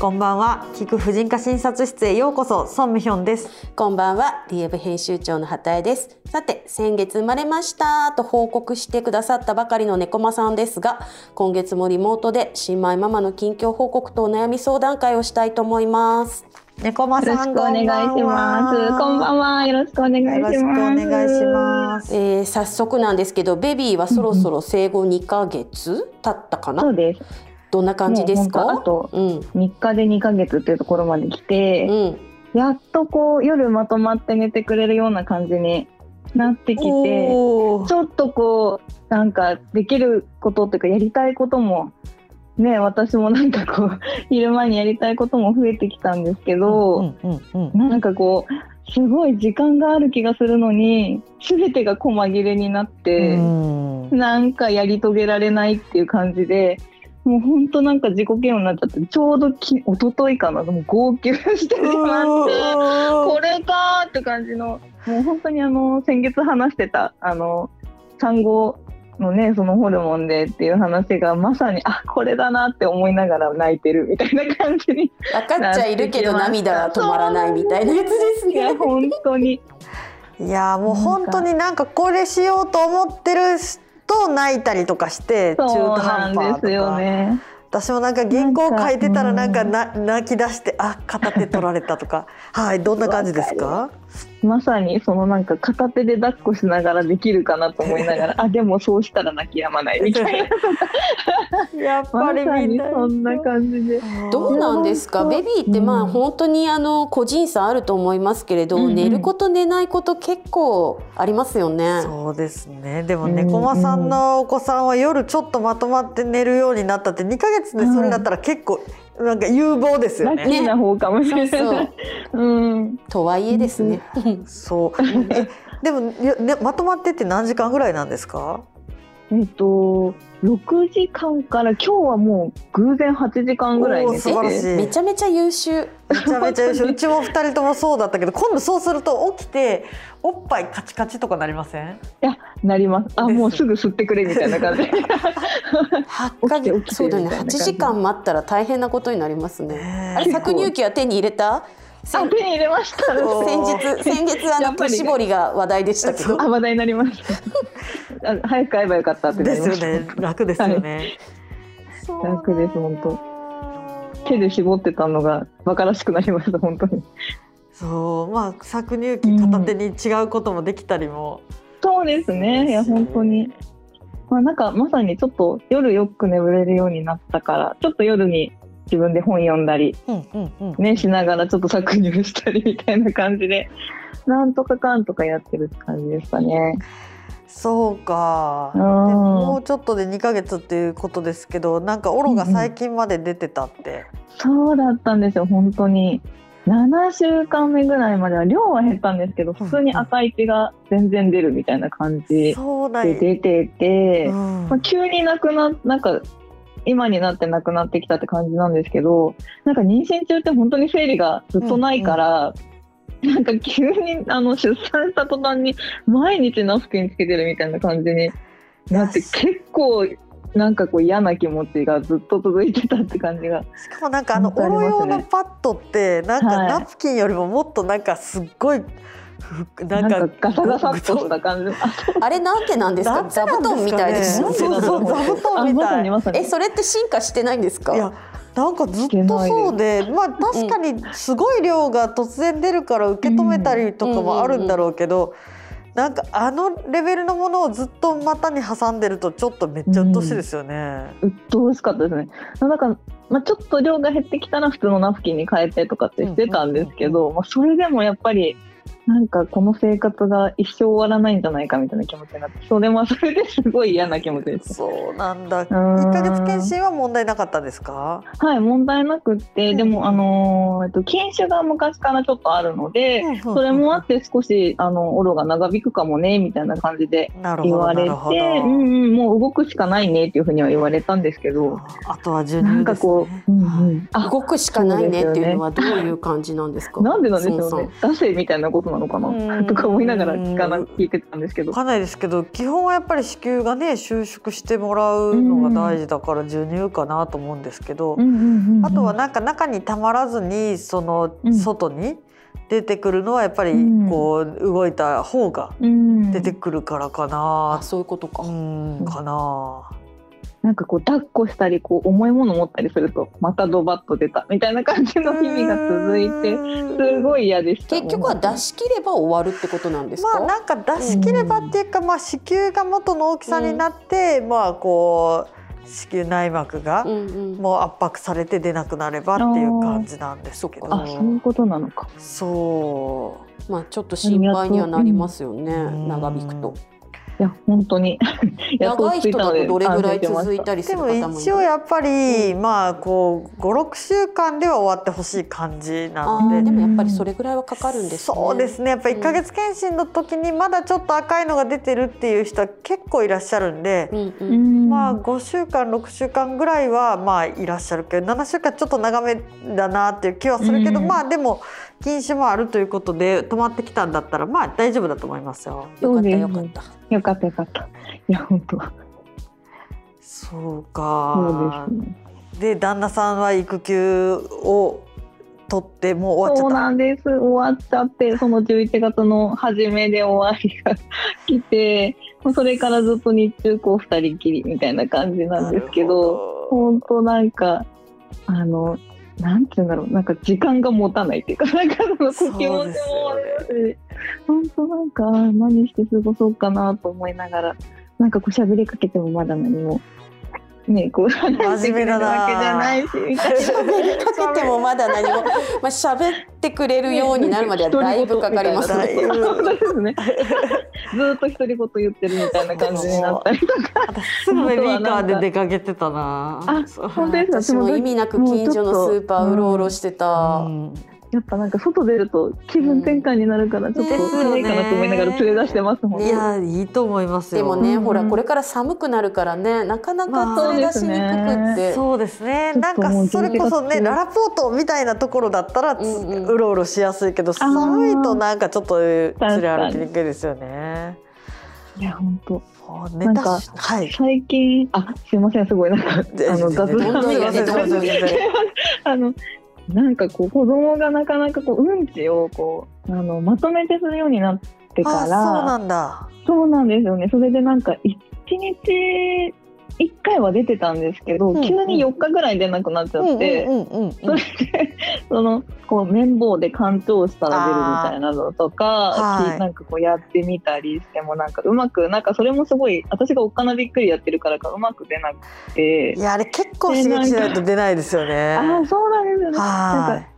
こんばんは聞く婦人科診察室へようこそソンミヒョンですこんばんは、DM 編集長の畑江です。さて、先月生まれましたと報告してくださったばかりの猫間さんですが、今月もリモートで新米ママの近況報告とお悩み相談会をしたいと思います。猫間よろさしくんお願いします。こんばんは。よろしくお願いします。よろしくお願いしますえー早速なんですけど、ベビーはそろそろ生後2ヶ月経ったかな、そうです。どんな感じですかもう本当あとうん。 3日で2ヶ月っていうところまで来て、うん。やっとこう夜まとまって寝てくれるような感じになってきて、おーちょっとこうなんかできることっていうかやりたいことも。ね、私もなんかこう 昼間にやりたいことも増えてきたんですけど、うんうんうんなんかこうすごい時間がある気がするのに全てが細切れになって、うんなんかやり遂げられないっていう感じで、もう本当なんか自己嫌悪になっちゃって、ちょうどき一昨日かな、もう号泣してしまって、これかーって感じの、もう本当にあの、先月話してた、あの、産後のね、そのホルモンでっていう話がまさに、あ、これだなって思いながら泣いてるみたいな感じに。分かっちゃいるけどなってきまし涙たは止まらないみたいなやつですいや、ね。本当に。いやーもう本当になんかこれしようと思ってると泣いたりとかして 中そう途な半端とんですよか、ね。私もなんか原稿書いてたらななんんかかな泣き出してあ片手取られたとかはいどんな感じ ですかまさにそのなんか片手で抱っこしながらできるかなと思いな がらあでもそうしたら泣き止まないみたいなやっまぱさりみんになそんな感じでどうなんですかベビーってまあうん本当にあの個人差あると思いますけれど、うんうん寝ること寝ないこと結構ありますよね。そうですねでもうん猫間さんのお子さんは夜ちょっとまとまって寝るようになったって2ヶ月でそれだったら結構なんか有望ですよラッキね。ーな方かもしれない、そううんとはいえですね。そうえでもよねまとまってって何時間ぐらいなんですかえっと6時間から今日はもう偶然8時間ぐらい寝ておー素晴らしいてめちゃめちゃ優秀。めちゃめちゃ優 秀うちも2人ともそうだったけど今度そうすると起きておっぱいカチカチとかなりませんなりますあですもうすぐ吸ってくれみたいな 感じ八起ヶきて起き月てそうだよね。みたいな八感じ時間待ったら大変なことになりますね。ねあれえ搾乳機は手に入れた？せあん手に入れまし たそう先日先月あやのっぱり手絞りが話題でしたけそうど。あ話題になりましたあ早く買えばよかったってなでりすまよした、ね楽ですよね、楽です本当手で絞ってたのが馬鹿らしくなりました本当にそうまあ搾乳機片手に違うこともできたりも、そうですね。いや、本当に。まあ、なんか、まさにちょっと夜よく眠れるようになったから、ちょっと夜に自分で本読んだり、うんうんうんね、しながらちょっと搾乳したりみたいな感じで、なんとかかんとかやってる感じですかね。そうかうでんもうちょっとで2ヶ月っていうことですけどなんかオロが最近まで出てたって、そうだったんですよ、本当に。7週間目ぐらいまでは量は減ったんですけど、普通に赤い血が全然出るみたいな感じそうだでよ、出てて、うんまあ、急になくななんか今になってなくなってきたって感じなんですけどなんか妊娠中って本当に生理がずっとないから、なんか急にあの出産した途端に毎日ナフキンつけてるみたいな感じになってよし結構なんかこう嫌な気持ちがずっと続いてたって感じがしかもなんかあの本当オありロますね用のパッドってなんかはいナプキンよりももっとなんかすっごいふっななんんかかガサガサっとした感じああれなんてなんですか？座布団みたいですそなうんよで。そうそう座布団みまたさいにまさ にえそれって進化してないんですか？いやなんかずっとそうでまあ確かにすごい量が突然出るから受け止めたりとかもあるんだろうけど、なんかあのレベルのものをずっと股に挟んでるとちょっとめっちゃ鬱陶しいですよね。鬱陶しかったですね。なんか、まあ、ちょっと量が減ってきたら普通のナフキンに変えてとかってしてたんですけど、まあ、それでもやっぱりなんかこの生活が一生終わらないんじゃないかみたいな気持ちになってそれもそれですごい嫌な気持ちです。そうなん だ。一んヶ月検診は問題なかったですか？はい問題なくってでうんも、あのーえっと、禁酒が昔からちょっとあるので、そそれもあって少しあのオロが長引くかもねみたいな感じでなる言ほどわなれてるほど。うんうん、もう動くしかないねっていうふうには言われたんですけどあとは授乳です、ね。なんかこう、うんうん、あ動くしかないねっていうのはどういう感じなんですか？なんでなんでしょそうもね。出せみたいなことなのか な、うんとか思いながら聞かな聞いてたんですけどわ、かんないですけど基本はやっぱり子宮がね収縮してもらうのが大事だから授乳かなと思うんですけど、あとはなんか中にたまらずにそのうん外に出てくるのはやっぱりうんこう動いた方がうん出てくるからかあな、そういうことか、うん、かな。なんかこう抱っこしたりこう重いもの持ったりするとまたドバッと出たみたいな感じの日々が続いてすい。ごい嫌でした結局は出し切れば終わるってことなんですか、まあなんか出し切ればっていうか、まあ子宮が元の大きさになって、まあこう子宮内膜がうんうん、もう圧迫されて出なくなればっていう感じなんですけど。ああそういうことなのかそう。まあちょっと心配にはなりますよねうん長引くといや本当にやっと 長落いち着い人だたのとでどれぐらい安心してま続しいたたりすでるも方もい一応るやっぱり、まあこう56週間では終わってほしい感じあなーのででねもやっぱりそれぐらいはかかるんですねそうですねやっぱうん1ヶ月検診の時にまだちょっと赤いのが出てるっていう人は結構いらっしゃるんで、うんううんんまあ5週間6週間ぐらいはまあいらっしゃるけど7週間ちょっと長めだなっていう気はするけど、うんまあでも禁酒もあるということで止まってきたんだったらまあ大丈夫だと思いますよ。よかったよそうかっですたねよかったよかったいや本当そうそかうですねで旦那さんは育休を取ってもう終わっちゃそっうたなんです終わっちゃってその11月の初めで終わりが来てもうそれからずっと日中こう2人きりみたいな感じなんですけど本当なんかあのなんて言うんだろうなんか時間が持たないっていうかなんかそのそ呼う吸でもですもよあねりますし本当なんかあー何して過ごそうかなと思いながらなんかこう喋りかけてもまだ何もねこう話してくれるわけじゃないしみたいな喋りかけてもまだ何もまあ喋ってくれるようになるまではだいぶかかりますねねだいぶ本当です ねずーっと独り言言ってるみたいな感じになったりとか私すぐベビーカーで出かけてたなあそう本当です私も意味なく近所のスーパーうろうろしてた、うんやっぱなんか外出ると気分転換になるからちょっと辛いかなと思いながら連れ出してますもんいね。やいいと思いますでよもね、うんほらこれから寒くなるからねなかなか連れ出しにくくって、そうですねちょっとなんかそれこそねもう11月ララポートみたたいなところだったらつうんうんうろうろしやすいけど寒いとなんかちょっと連れ歩きにくいですよね。いや本当もうネなんタかはい最近あすいませんすごいなんか あの雑然談全然なんで全す然けどあのなんかこう子供がなかなかこううんちをこうあのまとめてするようになってからあそうなんだ。そうなんですよね。それでなんか一日一回は出てたんですけど、うんうん急に4日ぐらい出なくなっちゃって。うんうんうんうんそれでそのこう綿棒で乾燥したら出るみたいなのとか、あーはいなんかこうやってみたりしてもなんかうまくなんかそれもすごい私がおっかなびっくりやってるからかうまく出なくていやあれ結構刺激しないと出ないですよね。ああそうなんですよねなんはか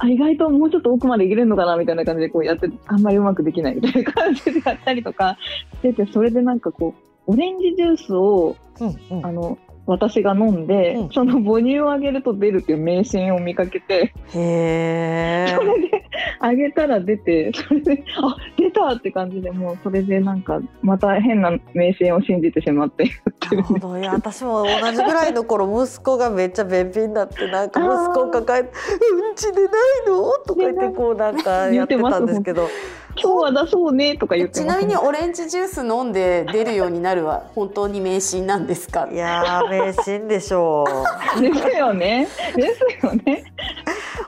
あ意外ともうちょっと奥までいけるのかなみたいな感じでこうやってあんまりうまくできないみたいな感じでやったりとかしててそれでなんかこうオレンジジュースをい。うんうんあの私が飲んで、うんその母乳をあげると出るっていう迷信を見かけて。へえ。あげたら出て、それで、あ出たって感じで、もうそれでなんか、また変な迷信を信じてし まって、なるほどいや私も同じぐらいの頃息子がめっちゃ便秘になってなんか息子を抱えて「うんち出ないの?」とか言ってこうなんかやってたんですけど今日は出そうねとか言ってちまなみすにオレンジジュース飲んで出るようになるは本当に迷信なんですか いやー迷信でしょですよね。ですよね。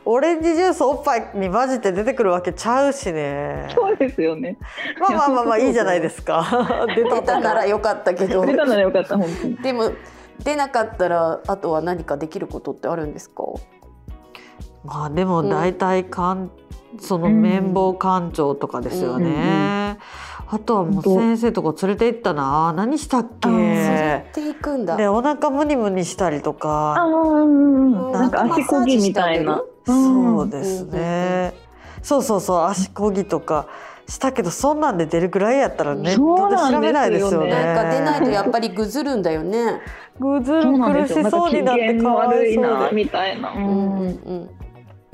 うオレンジジュースおっぱいに混じって出てくるわけちゃうしねそうですよね。まあまあまあま あいいじゃないですか 出た出たならよかったけど出たならよかった、本当に。でも出なかったらあとは何かできることってあるんですかまあでも大体かん、その綿棒館長とかですよね、うんうんあとはもう先生とか連れて行ったな何したっあけ連れていくんだでお腹ムニムニしたりとああ、かうんうんななんんかか足こぎみたいな。そうですね、そうそうそう足こぎとかしたけどそんなんで出るぐらいやったらネッそトうでな調んですよねべないですよねなんか出ないとやっぱぱりぐずるんだよね。ぐずるそうなん苦ですよ。しなんかそう機になって嫌かがわ悪いいそうな、でみたいな。ううんんうんうん。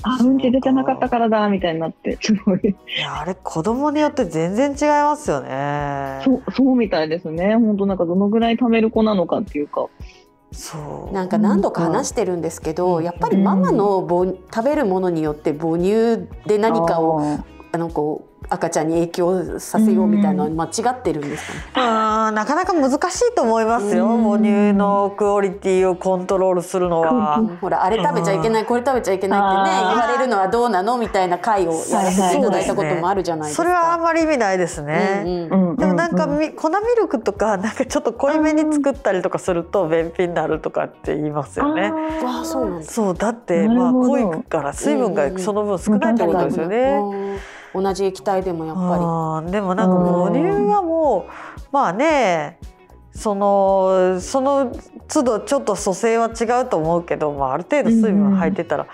あ、うんち出てなかったからだ、みたいになって、すごい。いやあれ子供によって全然違いますよねそう、そうみたいですね。本当なんかどのぐらい貯める子なのかっていうか。そうなんか何度か話してるんですけど、うんやっぱりママの母食べるものによって母乳で何かをあーあのこう赤ちゃんに影響させようみたいなの間違ってるんですかね。うんなかなか難しいと思いますようん母乳のクオリティをコントロールするのは。ほらあれ食べちゃいけないこれ食べちゃいけないってねあー言われるのはどうなのみたいな回をやらせていただいたこともあるじゃないですか。それはあんまり意味ないですね。うんうんうんでもなんかううみ、粉ミルクとかなんかちょっと濃いめに作ったりとかすると便秘になるとかって言いますよね。あーそうなんだそうだってなるまあほど濃いから水分うんうんうがんその分少ないってことですよね。うん同じ液体でもやっぱあーでもなんか母乳はもうまあねそのその都度ちょっと蘇生は違うと思うけど、まあ、ある程度水分は入ってたら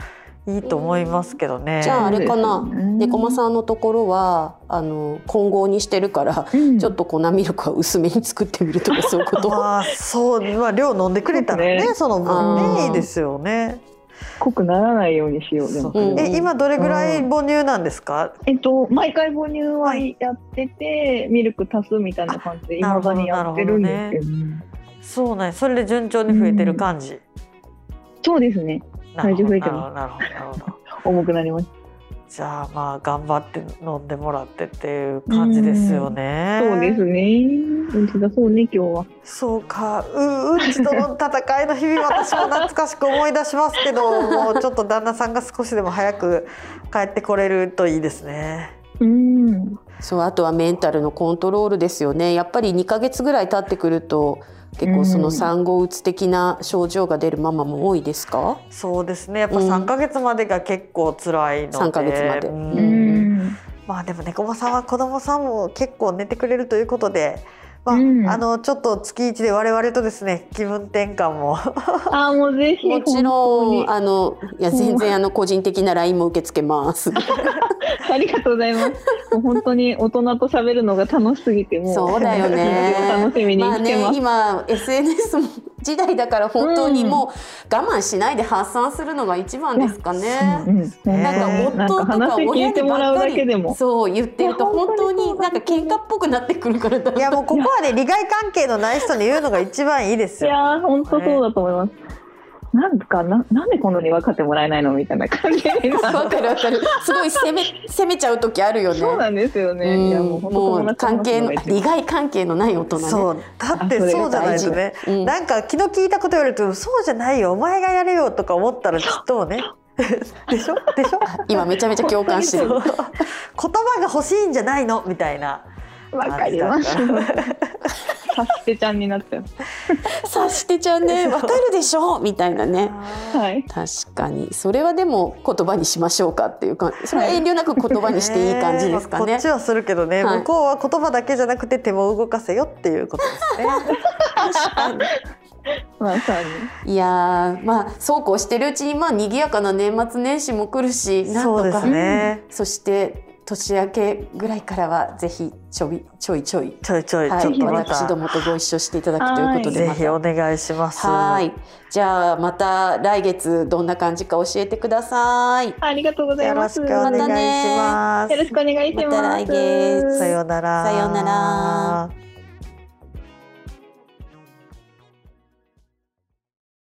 いいと思いますけどね。じゃああれかなそうですりね猫間さんのところはあの混合にしてるから、うんちょっと粉ミルクは薄めに作ってみるとかそういう こと。まあそうまあ量飲んでくれたらねそうですねその分あーねいいですよね。濃くならないようにしようでもそううんえ今どれぐらい母乳なんですか？えっと毎回母乳ははいやってて、ミルク足すみたいな感じでいあなるほまどだにやってるんですけどそうねそれで順調に増えてる感じ。そうですねなるほど体重増えてまなるほどなるほどなるほど。重くなりましたじゃあまあ頑張って飲んでもらってっていう感じですよね。そうですねうんちだそうね今日はそうかううんちとの戦いの日々私も懐かしく思い出しますけどもうちょっと旦那さんが少しでも早く帰ってこれるといいですね。うんそうあとはメンタルのコントロールですよねやっぱり2ヶ月ぐらい経ってくると結構その産後うつ的な症状が出るママも多いですか、そうですねやっぱうん3ヶ月までが結構辛いので、 3ヶ月までうんうまあでも猫間さんは子供さんも結構寝てくれるということで。まあうんあのちょっと月一で我々とですね気分転換もあもうぜひもちろ本んあのいや全然あの個人的な LINE も受け付け ます。当にありがとうございますもう本当に大人と喋るのが楽しすぎてもそうだよね楽しみにまあ来てねます、今 SNS も時代だから本当にもう我慢しないで発散するのが一番ですかね。うんなんかなん夫とかか話聞親いてにばもらっうかだけでりもそう言ってるといや本本当当ににそうなんか喧嘩っぽくなってくるからだいや もうここはね利害関係のない人に言うのが一番いいですいよ。やー、本当そうだと思います。なんかな、なんでこんなに分かってもらえないのみたいな感じになわ る。かるわかるすごい責め責めちゃう時あるよねそうなんですよね。いや、うんもう本も当う関係の利に害関係のない大人ねそうだってあそれそうじゃないとね、大事うんなんか気の利いたこと言われるとそうじゃないよお前がやれよとか思ったらきっとねでしょでしょ今めちゃめちゃ共感してそるう言葉が欲しいんじゃないのみたいな わかります。感じだっサスケちゃんになっちゃう。察してちゃんねわかるでしょみたいなねたはい。確かにそれはでも言葉にしましょうかっていう感じそれは遠慮なく言葉にしていい感じですかえーまあこねっちはするけどね、はい向こうは言葉だけじゃなくて手も動かせよっていうことですねまさに。いやーまあそうこうしてるうちにまあ賑やかな年末年始も来るしなんそうとでかすね、そして年明けぐらいからはぜひちょびちょいちょいちょいちょい、はちょっい、とま私どたもとご一緒していただくということで、ぜまひたお願いしますはい、じゃあまた来月どんな感じか教えてください。ありがとうございよろましす。くおよ願いしまたねます、ろしくお願いします。また来月さようならさようなら